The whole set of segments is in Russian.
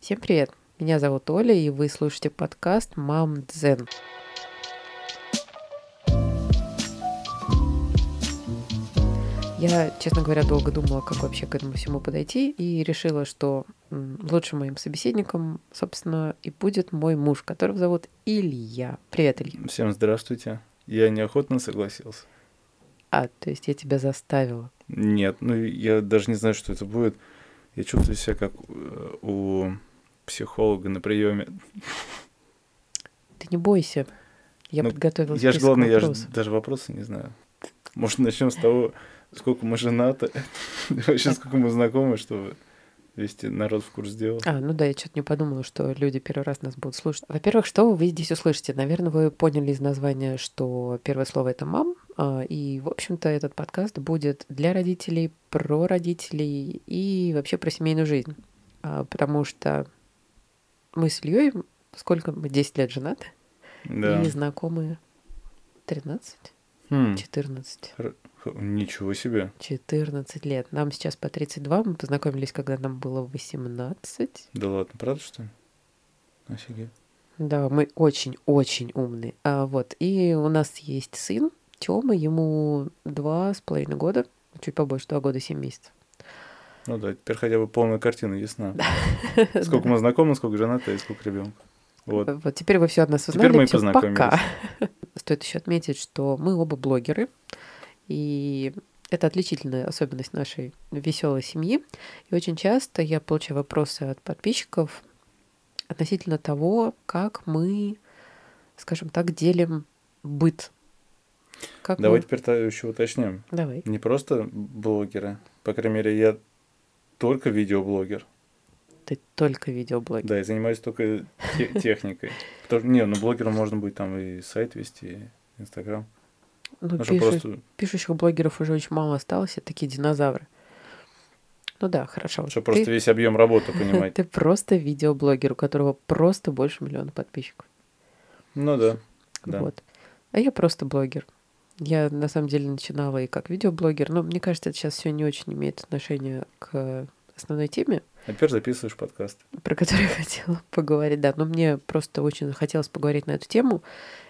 Всем привет! Меня зовут Оля, и вы слушаете подкаст «Мам Дзен». Я, честно говоря, долго думала, как вообще к этому всему подойти, и решила, что м, лучшим моим собеседником, собственно, и будет мой муж, которого зовут Илья. Привет, Илья. Всем здравствуйте. Я неохотно согласился. А, то есть я тебя заставила. Нет, ну я даже не знаю, что это будет. Я чувствую себя как э, у психолога на приеме. Ты не бойся. Я Ну, подготовила Я же, список главное, я же вопросов. даже вопросы не знаю. Может, начнем с того, сколько мы женаты, вообще сколько мы знакомы, чтобы вести народ в курс дела. А, ну да, я что-то не подумала, что люди первый раз нас будут слушать. Во-первых, что вы здесь услышите? Наверное, вы поняли из названия, что первое слово это мам. а, И, в общем-то, этот подкаст будет для родителей, про родителей и вообще про семейную жизнь. А, Потому что мы с Ильей, сколько мы, 10 лет женаты, Да. и знакомы 13, Хм. 14. Х- Ничего себе. 14 лет. Нам сейчас по 32. Мы познакомились, когда нам было 18. Да ладно, правда, что ли? Офигеть. Да, мы очень-очень умные. А, вот. И у нас есть сын Тёма, ему два с половиной года, чуть побольше, два года, семь месяцев. Ну да, теперь хотя бы полная картина ясна. Сколько мы знакомы, сколько женаты и сколько ребенка. Вот. Вот теперь вы все от нас узнали. Теперь мы и Всё, пока. познакомились. Стоит еще отметить, что мы оба блогеры, и это отличительная особенность нашей веселой семьи. И очень часто я получаю вопросы от подписчиков относительно того, как мы, скажем так, делим быт. Как мы- Давай теперь еще уточним. Давай. Не просто блогеры. По крайней мере, я только видеоблогер. Ты только видеоблогер. Да, и занимаюсь только те- техникой. Потому что, не, ну блогером можно будет там и сайт вести, и Инстаграм. Ну, Потому что пишу- просто, пишущих блогеров уже очень мало осталось, это такие динозавры. Ну да, хорошо. что ты, просто весь объем работы понимать. ты просто видеоблогер, у которого просто больше миллиона подписчиков. Ну да. Да. Вот. А я просто блогер. Я на самом деле начинала и как видеоблогер, но мне кажется, это сейчас все не очень имеет отношения к основной теме, А теперь записываешь подкаст. про которую я хотела поговорить. Да, но мне просто очень захотелось поговорить на эту тему.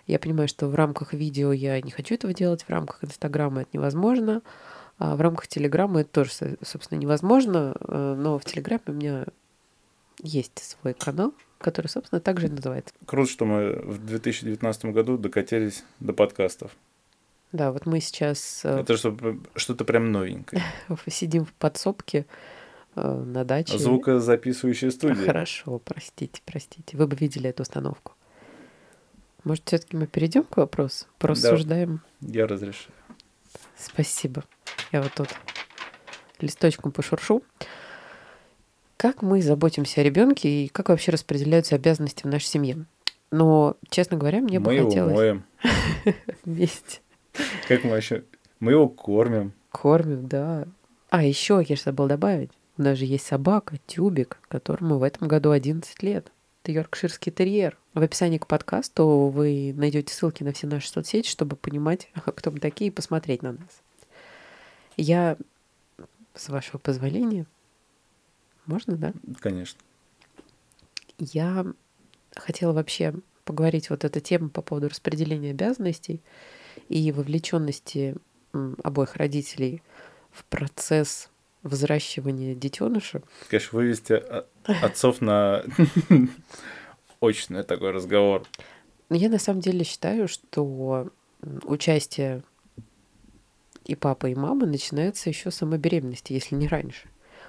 Я понимаю, что в рамках видео я не хочу этого делать, в рамках Инстаграма это невозможно, а в рамках Телеграма это тоже, со- собственно, невозможно, э, но в Телеграме у меня есть свой канал, который, собственно, также и называется. Круто, что мы в 2019 году докатились до подкастов. Да, вот мы сейчас э, Это что, что-то прям новенькое. сидим в подсобке э, на даче. Звукозаписывающая студия. Хорошо, простите, простите. Вы бы видели эту установку. Может, все-таки мы перейдем к вопросу? Порассуждаем. Я разрешаю. Спасибо. Я вот тут листочком пошуршу. Как мы заботимся о ребенке и как вообще распределяются обязанности в нашей семье? Но, честно говоря, мне Мы бы его хотелось моем. вместе Как мы еще... Мы его кормим. кормим, да. А, еще я же забыл добавить. У нас же есть собака, тюбик, которому в этом году 11 лет. Это йоркширский терьер. В описании к подкасту вы найдете ссылки на все наши соцсети, чтобы понимать, кто мы такие, и посмотреть на нас. Я, с вашего позволения, можно, да? Конечно. Я хотела вообще поговорить вот эта тема по поводу распределения обязанностей и вовлеченности м, обоих родителей в процесс взращивания детеныша. Конечно, вывести о- отцов на очный такой разговор. Но я на самом деле считаю, что м, участие и папы, и мамы начинается еще с самой беременности, если не раньше.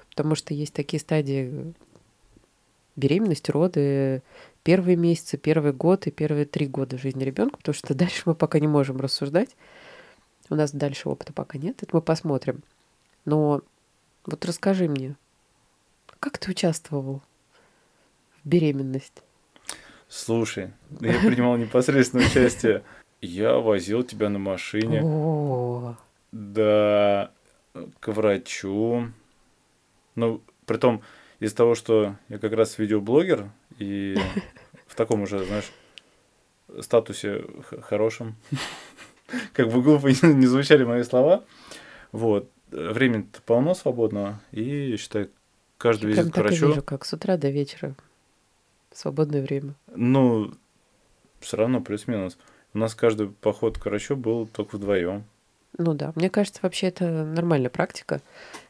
Потому что есть такие стадии беременность, роды, первые месяцы, первый год и первые три года жизни ребенка, потому что дальше мы пока не можем рассуждать. У нас дальше опыта пока нет, это мы посмотрим. Но вот расскажи мне, как ты участвовал в беременности? Слушай, да я принимал непосредственное участие. Я возил тебя на машине, О, да, э, к врачу. Ну, притом, из того, что я как раз видеоблогер, и в таком уже, знаешь, статусе х- хорошем, как бы глупо не звучали мои слова, вот, времени полно свободного, и, считай, Я прям каждый визит к так и врачу. вижу, как с утра до вечера свободное время. Ну, все равно плюс-минус. У нас каждый поход к врачу был только вдвоем. Ну да, мне кажется, вообще это нормальная практика.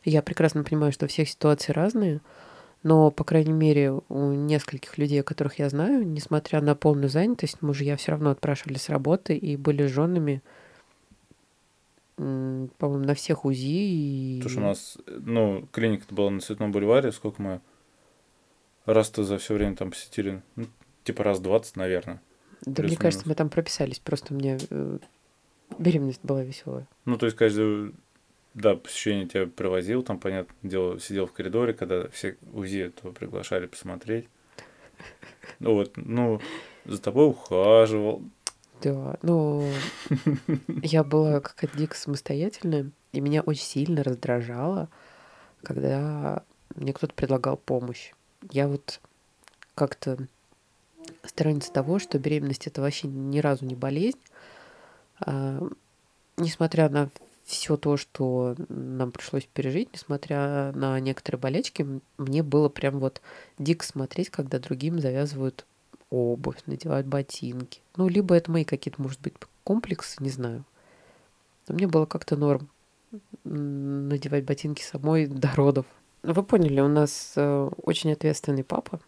Я прекрасно понимаю, что у всех ситуации разные, но, по крайней мере, у нескольких людей, которых я знаю, несмотря на полную занятость, мужья все равно отпрашивали с работы и были с женами, м, по-моему, на всех УЗИ. И... Потому что у нас, ну, клиника-то была на Цветном бульваре, сколько мы раз-то за все время там посетили, ну, типа раз 20, наверное. Да, мне плюс-минус. кажется, мы там прописались, просто у меня э, беременность была веселая. Ну, то есть каждый, да, посещение тебя привозил, там, понятное дело, сидел в коридоре, когда все УЗИ то приглашали посмотреть. Ну вот, ну, за тобой ухаживал. Да, но я была какая-то дико самостоятельная, и меня очень сильно раздражало, когда мне кто-то предлагал помощь. Я вот как-то сторонница того, что беременность это вообще ни разу не болезнь, А, несмотря на все то, что нам пришлось пережить, несмотря на некоторые болячки, м- мне было прям вот дико смотреть, когда другим завязывают обувь, надевают ботинки. Ну, либо это мои какие-то, может быть, комплексы, не знаю. Но мне было как-то норм м, надевать ботинки самой до родов. Ну, Вы поняли, у нас э, очень ответственный папа,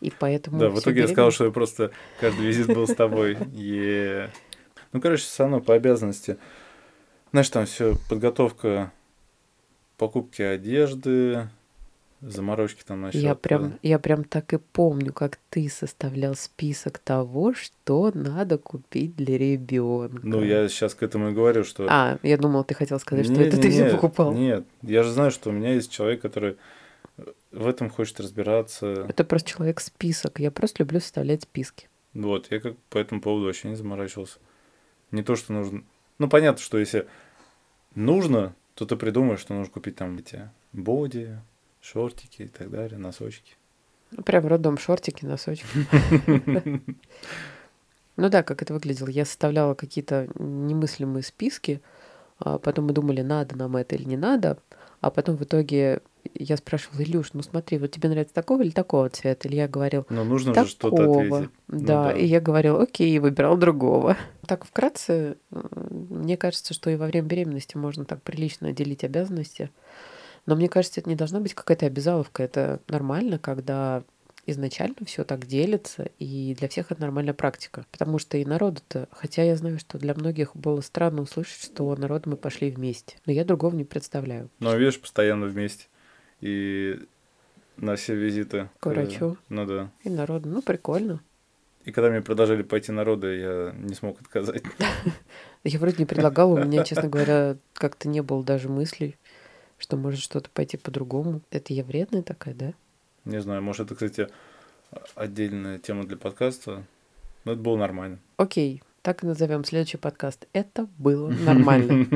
и поэтому... да, в всю итоге я сказал, беременность- что я просто каждый визит был с тобой. Е. Ну, короче, все равно по обязанности. Знаешь, там все подготовка покупки одежды, заморочки там э, насчет. Я прям, я прям так и помню, как ты составлял список того, что надо купить для ребенка. Ну, я сейчас к этому и говорю, что... А, я думал, ты хотел сказать, что Не- это не- ты все не, покупал. Нет, я же знаю, что у меня есть человек, который э, в этом хочет разбираться. Это просто человек список. Я просто люблю составлять списки. Вот, я как по этому поводу вообще не заморачивался. Не то, что нужно. Ну, понятно, что если нужно, то ты придумаешь, что нужно купить там эти боди, шортики и так далее, носочки. Ну, прям родом шортики, носочки. Ну да, как это выглядело. Я составляла какие-то немыслимые списки, а потом мы думали, надо нам это или не надо, а потом в итоге я спрашивала, Илюш, ну смотри, вот тебе нравится такого или такого цвета? Или я говорил, Но нужно же что-то такого. ответить. Ну Да, да. и я говорил, окей, и выбирал другого. Так вкратце, э, мне кажется, что и во время беременности можно так прилично делить обязанности. Но мне кажется, это не должна быть какая-то обязаловка. Это нормально, когда изначально все так делится, и для всех это нормальная практика. Потому что и народу-то, хотя я знаю, что для многих было странно услышать, что народу мы пошли вместе. Но я другого не представляю. Но Ну, а видишь, постоянно вместе. И на все визиты. э, К врачу. Ну да. И народу, ну прикольно. И когда мне предложили пойти на роды, я не смог отказать. Я вроде не предлагала, у меня, честно говоря, как-то не было даже мыслей, что может что-то пойти по-другому. Это я вредная такая, да? Не знаю, может, это, кстати, отдельная тема для подкаста. Но это было нормально. Окей, так и назовем следующий подкаст. Это было нормально.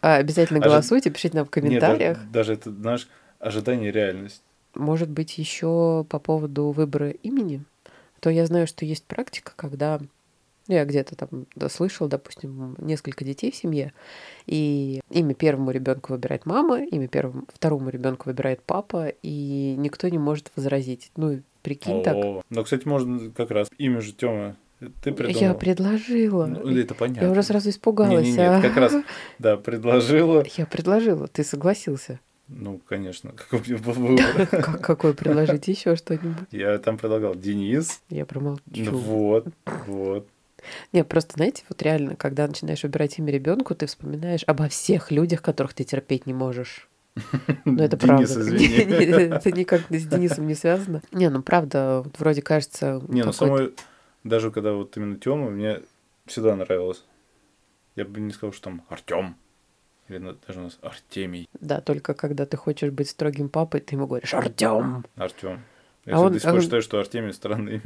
А, Обязательно Ожи- голосуйте, пишите нам в Не, да- комментариях. даже это, знаешь, ожидание и реальность. Может быть, еще по поводу выбора имени, А то я знаю, что есть практика, когда ну, я где-то там да, слышал, допустим, несколько детей в семье, и имя первому ребенку выбирает мама, имя первому, второму ребенку выбирает папа, и никто не может возразить. Ну, прикинь так. О, Ну, кстати, можно как раз имя же Тёма. Ты придумала. Я предложила. Ну, И- это понятно. я уже сразу испугалась. Не-не-не, а. это как раз, да, предложила. Я предложила, ты согласился. Ну, конечно, как у меня был выбор. Как- какое предложить еще что-нибудь? Я там предлагал Денис. Я Ну, промолчу. вот, вот. Не, просто, знаете, вот реально, когда начинаешь выбирать имя ребенку, ты вспоминаешь обо всех людях, которых ты терпеть не можешь. Ну, это Денис, правда. Не, не, извини. Это никак с Денисом не связано. Не, ну правда, вот вроде кажется... Не, ну какой-то- самой, даже когда вот именно Тёма, мне всегда нравилось. Я бы не сказал, что там Артём. Или на- даже у нас Артемий. Да, только когда ты хочешь быть строгим папой, ты ему говоришь «Артем!» Артём. А Я он- кстати, до сих а пор он- считаю, что Артемий странный.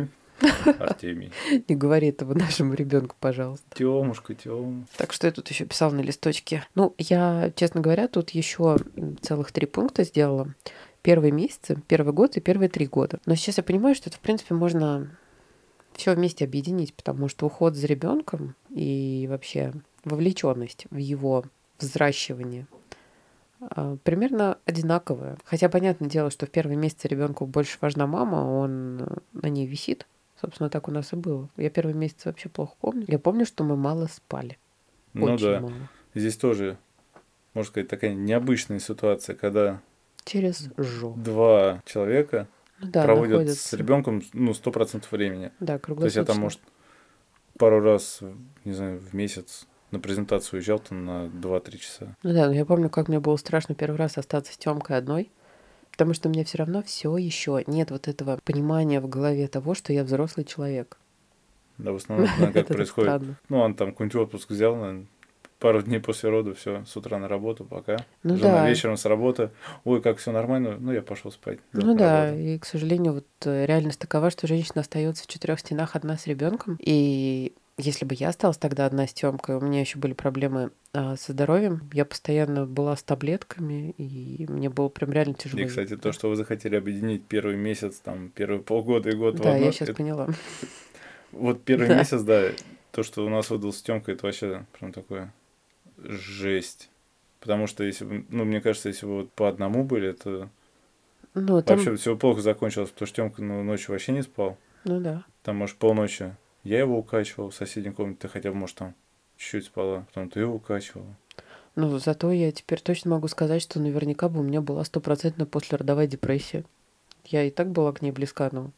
Артемий. Не говори этого нашему ребенку, пожалуйста. Тёмушка, Тём. Так что я тут еще писал на листочке. Ну, я, честно говоря, тут еще целых три пункта сделала. Первые месяцы, первый год и первые три года. Но сейчас я понимаю, что это, в принципе, можно все вместе объединить, потому что уход за ребенком и вообще вовлеченность в его взращивание, а, примерно одинаковые. Хотя, понятное дело, что в первые месяцы ребенку больше важна мама, он э, на ней висит. Собственно, так у нас и было. Я первый месяц вообще плохо помню. Я помню, что мы мало спали. Ну очень да. мало. Здесь тоже, можно сказать, такая необычная ситуация, когда Через жопу. два человека Ну да, проводят с находятся. ребенком ну, 100% времени. Да, То есть круглосуточно. я там, может, пару раз, не знаю, в месяц на презентацию уезжал там на 2-3 часа. Ну да, но я помню, как мне было страшно первый раз остаться с Тёмкой одной, потому что у меня все равно все еще нет вот этого понимания в голове того, что я взрослый человек. Да, в основном, наверное, Ну, как Это происходит. странно. Ну, он там какой-нибудь отпуск взял, наверное, пару дней после рода, все, с утра на работу, пока. Ну Жена да. вечером с работы. Ой, как все нормально, ну я пошел спать. Ну да, и, к сожалению, вот э, реальность такова, что женщина остается в четырех стенах одна с ребенком. И если бы я осталась тогда одна с Тёмкой, у меня еще были проблемы а, со здоровьем. Я постоянно была с таблетками, и мне было прям реально тяжело. И, кстати, то, что вы захотели объединить первый месяц, там, первые полгода и год в Да, одно, я сейчас это- поняла. вот первый Да. месяц, да, то, что у нас выдал Стёмка, это вообще прям такое жесть. Потому что, если бы, ну, мне кажется, если бы вот по одному были, это Ну, там, вообще все плохо закончилось, потому что Тёмка ну, ночью вообще не спал. ну да. Там, может, полночи я его укачивал в соседней комнате, ты хотя бы, может, там чуть-чуть спала, потом ты его укачивала. Ну, зато я теперь точно могу сказать, что наверняка бы у меня была стопроцентно послеродовая депрессия. Я и так была к ней близка, но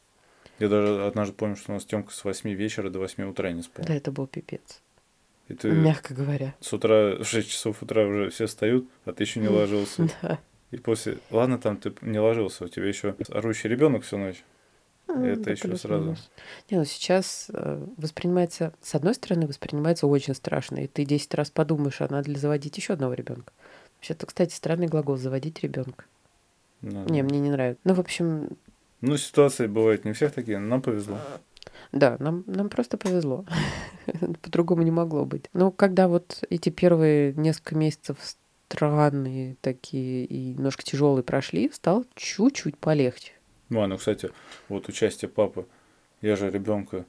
Я даже однажды помню, что у нас Тёмка с 8 вечера до 8 утра не спал. да, это был пипец. И ты Мягко говоря. с утра, в 6 часов утра уже все встают, а ты еще не Мгм. ложился. Да. И после, ладно, там ты не ложился, у тебя еще орущий ребенок всю ночь. Ну, Это да ещё плюс-минус. сразу. Не, ну сейчас э, воспринимается, с одной стороны, воспринимается очень страшно, и ты 10 раз подумаешь, а надо ли заводить еще одного ребенка. Вообще-то, кстати, странный глагол заводить ребенка. Ну, Не, мне не нравится. Ну, в общем, Ну, ситуации бывают не у всех такие, но нам повезло. да, нам, нам просто повезло. По-другому не могло быть. Но когда вот эти первые несколько месяцев странные такие и немножко тяжелые прошли, стало чуть-чуть полегче. Ну, а, ну, кстати, вот участие папы, я же ребенка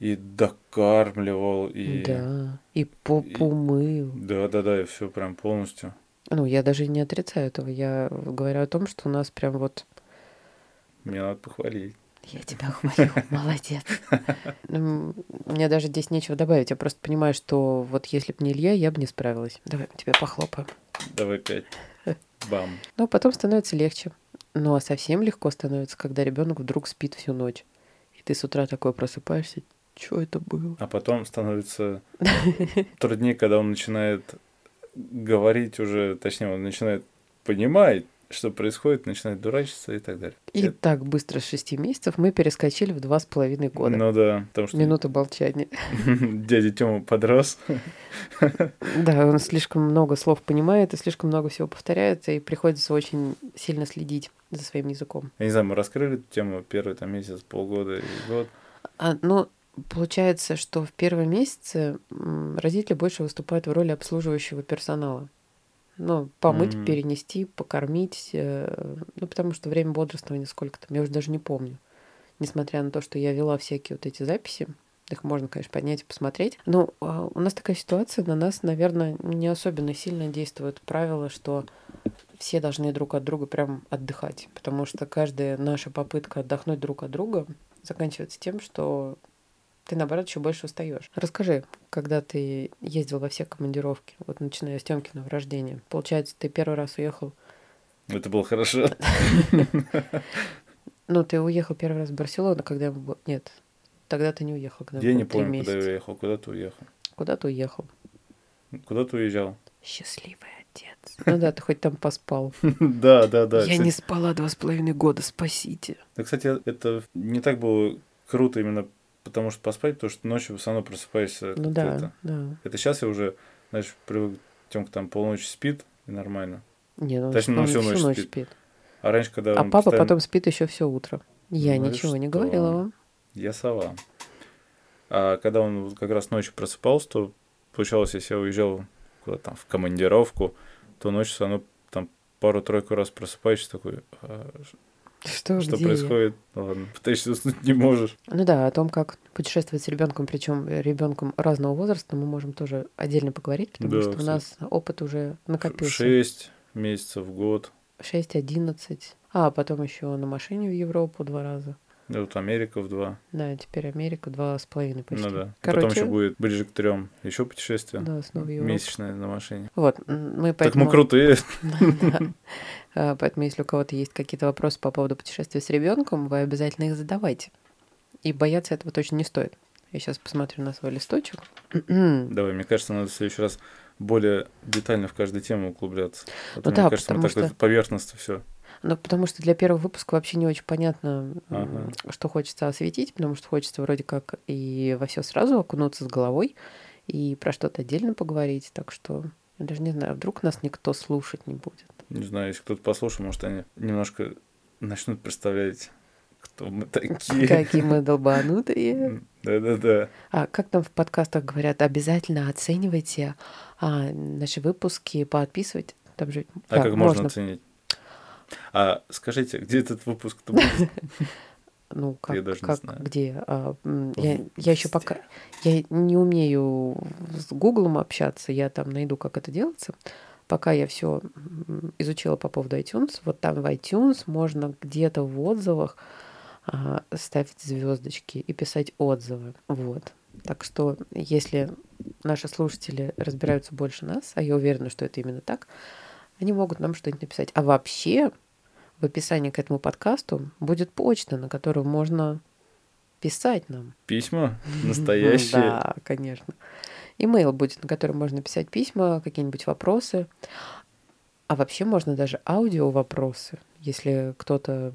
и докармливал, и... Да. И попумыл. Да, да, да, и все прям полностью. Ну, я даже не отрицаю этого. Я говорю о том, что у нас прям вот... Меня надо похвалить. Я тебя хвалю, молодец. М, Мне даже здесь нечего добавить. Я просто понимаю, что вот если бы не Илья, я бы не справилась. Давай тебе похлопаем. Давай пять. Бам. Но потом становится легче. Ну, а совсем легко становится, когда ребенок вдруг спит всю ночь. И ты с утра такой просыпаешься. Что это было? А потом становится труднее, когда он начинает говорить уже, точнее, он начинает понимать, что происходит, начинает дурачиться и так далее. И Это- так быстро с шести месяцев мы перескочили в два с половиной года. Ну да, потому что Минута молчания. дядя Тёма подрос. Да, он слишком много слов понимает и слишком много всего повторяет, и приходится очень сильно следить за своим языком. Я не знаю, мы раскрыли эту тему первый там месяц, полгода и год. А, ну, получается, что в первые месяцы м, родители больше выступают в роли обслуживающего персонала. Ну, помыть, Мгм. перенести, покормить. э, ну, потому что время бодрствования сколько там, я уже даже не помню. Несмотря на то, что я вела всякие вот эти записи, их можно, конечно, поднять и посмотреть. Но а, у нас такая ситуация, на нас, наверное, не особенно сильно действует правило, что все должны друг от друга прям отдыхать. Потому что каждая наша попытка отдохнуть друг от друга заканчивается тем, что ты, наоборот, еще больше устаешь. Расскажи, когда ты ездил во все командировки, вот начиная с Тёмкиного рождения, получается, ты первый раз уехал, Это было хорошо. ну, ты уехал первый раз в Барселону, когда ему было... Нет, тогда ты не уехал, когда ему Я не было три помню, куда месяца. я уехал, куда ты уехал. Куда ты уехал? Куда ты уезжал? Счастливый отец. Ну да, ты хоть там поспал. Да, да, да. Я кстати. не спала два с половиной года, спасите. Да, кстати, это не так было круто именно потому, что поспать, потому что ночью все равно просыпаешься Ну как-то да, это. да. Это сейчас я уже, знаешь, привык, Тёмка там полночи спит, и нормально. Не, ну он Точно, всю он всю ночь ночь спит. спит. А раньше, когда А он папа постоянно- потом спит еще все утро. Я Ну и ничего не что? говорила вам. Я сова. А когда он вот как раз ночью просыпался, то получалось, если я уезжал куда там в командировку, то ночью все равно там пару-тройку раз просыпаешься такой, «А, ш- Что, что где я? происходит? Ну Ладно, пытаешься уснуть не можешь. Ну да, о том, как путешествовать с ребенком, причем ребенком разного возраста, мы можем тоже отдельно поговорить, потому Да, что у кстати. нас опыт уже накопился. Шесть, месяцев, год. 6-11. А, потом еще на машине в Европу два раза. И Ну, вот Америка в два. Да, теперь Америка два с половиной почти. Ну да. Короче, Потом еще будет ближе к трем. Еще путешествие. да, снова Европа. Месячное на машине. Вот, м, мы Так мы поэтому... крутые. Да. А, Поэтому, если у кого-то есть какие-то вопросы по поводу путешествия с ребенком, вы обязательно их задавайте. И бояться этого точно не стоит. Я сейчас посмотрю на свой листочек. Ну Давай, мне кажется, надо в следующий раз более детально в каждую тему углубляться. А то, Ну да, мне кажется, мы потому так вот что- поверхностно все. Ну, потому что для первого выпуска вообще не очень понятно, м, Ага. что хочется осветить, потому что хочется вроде как и во все сразу окунуться с головой, и про что-то отдельно поговорить. Так что я даже не знаю, вдруг нас никто слушать не будет. Не знаю, если кто-то послушал, может, они немножко начнут представлять, кто мы такие. Какие мы долбанутые. Да-да-да. А как там в подкастах говорят, обязательно оценивайте а, наши выпуски, подписывайте. Там же А да, как можно оценить? А скажите, где этот выпуск-то будет? Ну, как, Я даже не как знаю. где? А, м, В я, еще пока я не умею с Гуглом общаться, я там найду, как это делается. Пока я все изучила по поводу iTunes, вот там в iTunes можно где-то в отзывах а, ставить звездочки и писать отзывы. Вот. Так что, если наши слушатели разбираются больше нас, а я уверена, что это именно так, они могут нам что-нибудь написать. А вообще, в описании к этому подкасту будет почта, на которую можно писать нам. Письма настоящие. Да, конечно. Имейл будет, на который можно писать письма, какие-нибудь вопросы. А вообще можно даже аудио вопросы, если кто-то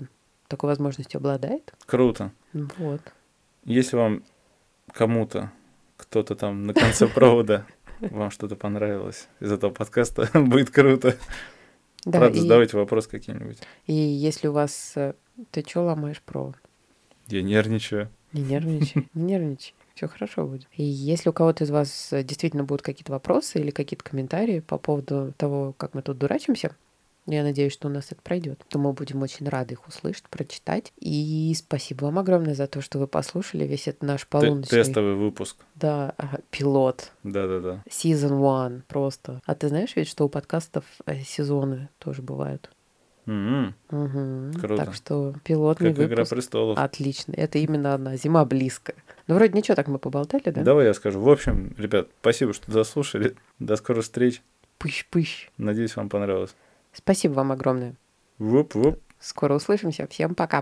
такой возможностью обладает. Круто. Вот. Если вам кому-то, кто-то там на конце провода, вам что-то понравилось из этого подкаста, будет круто. Да, Правда, и, задавайте вопрос какие-нибудь. и если у вас... э, Ты что ломаешь провод? Я нервничаю. Не нервничай, не нервничай. Все хорошо будет. И если у кого-то из вас э, действительно будут какие-то вопросы или какие-то комментарии по поводу того, как мы тут дурачимся, я надеюсь, что у нас это пройдет, то мы будем очень рады их услышать, прочитать. И спасибо вам огромное за то, что вы послушали весь этот наш Т- полуночный... Тестовый выпуск. Да, а, пилот. Да-да-да. Season one просто. А ты знаешь ведь, что у подкастов э, сезоны тоже бывают? М, Мгм. Круто. Так что пилотный М-м, Как Игра выпуск. А, престолов. Отлично. Это именно она. Зима близко. Ну, вроде ничего, так мы поболтали, да? Давай я скажу. В общем, ребят, спасибо, что дослушали. До скорых встреч. Пыщ-пыщ. Надеюсь, вам понравилось. Спасибо вам огромное. Вуп-вуп. Скоро услышимся. Всем пока.